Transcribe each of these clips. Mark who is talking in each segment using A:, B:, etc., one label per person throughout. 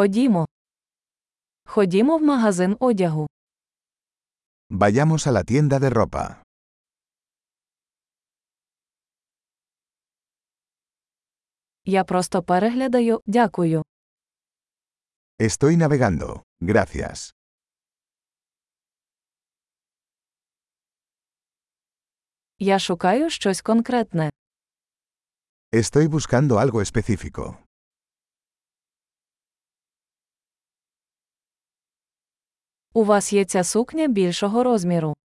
A: Ходімо. Ходімо в магазин одягу.
B: Vayamos a la tienda de ropa.
A: Я просто переглядаю, дякую.
B: Estoy navegando. Gracias.
A: Я шукаю щось конкретне.
B: Estoy buscando algo específico.
A: У вас є ця сукня більшого розміру.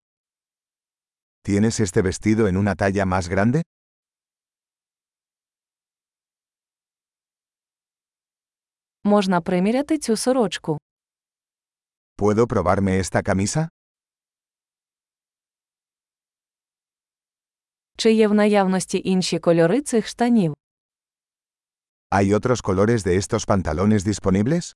B: ¿Tienes este vestido en una talla más grande?
A: Можна приміряти цю сорочку.
B: ¿Puedo probarme esta camisa?
A: Чи є в наявності інші кольори цих штанів?
B: ¿Hay otros colores de estos pantalones disponibles?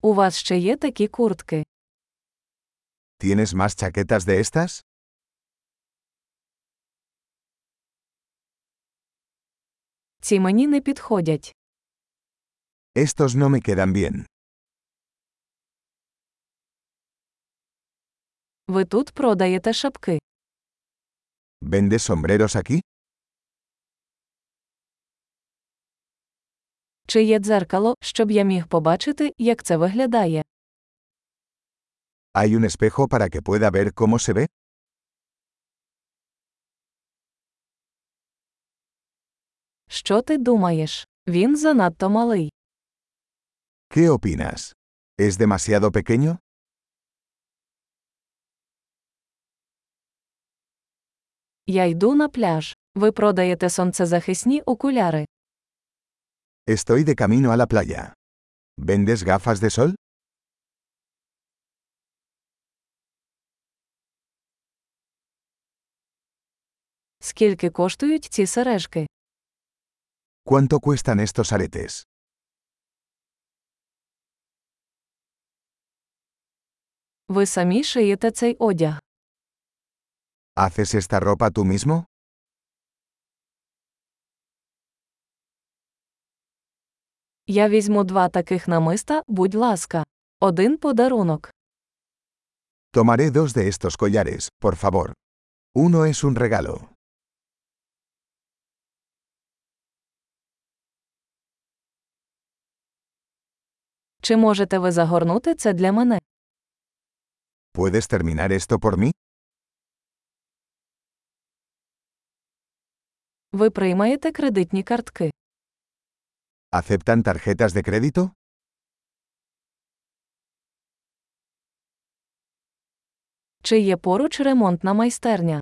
A: У вас ще є такі куртки.
B: ¿Tienes más chaquetas de estas?
A: Ці мені не підходять.
B: Estos no me quedan bien.
A: Ви тут продаєте шапки.
B: ¿Vendes sombreros aquí?
A: Чи є дзеркало, щоб я міг побачити, як це виглядає?
B: ¿Hay un espejo para que pueda ver cómo se ve?
A: Що ти думаєш? Він занадто малий.
B: ¿Qué opinas? ¿Es demasiado pequeño?
A: Я йду на пляж. Ви продаєте сонцезахисні окуляри.
B: Estoy de camino a la playa. ¿Vendes gafas de sol?
A: Скільки коштують ці сережки?
B: ¿Cuánto cuestan estos aretes?
A: Ви самі шиєте цей одяг.
B: ¿Haces esta ropa tú mismo?
A: Я візьму два таких намиста, будь ласка. Один подарунок.
B: Tomaré dos de estos collares, por favor. Uno es un regalo.
A: Чи можете ви загорнути це для мене?
B: ¿Puedes terminar esto por mí?
A: Ви приймаєте кредитні картки.
B: ¿Aceptan tarjetas de crédito?
A: Чи є поруч ремонтна майстерня?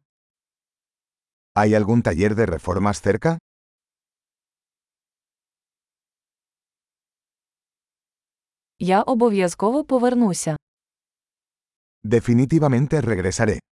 B: ¿Hay algún taller de reformas cerca?
A: Я обов'язково повернуся.
B: Definitivamente regresaré.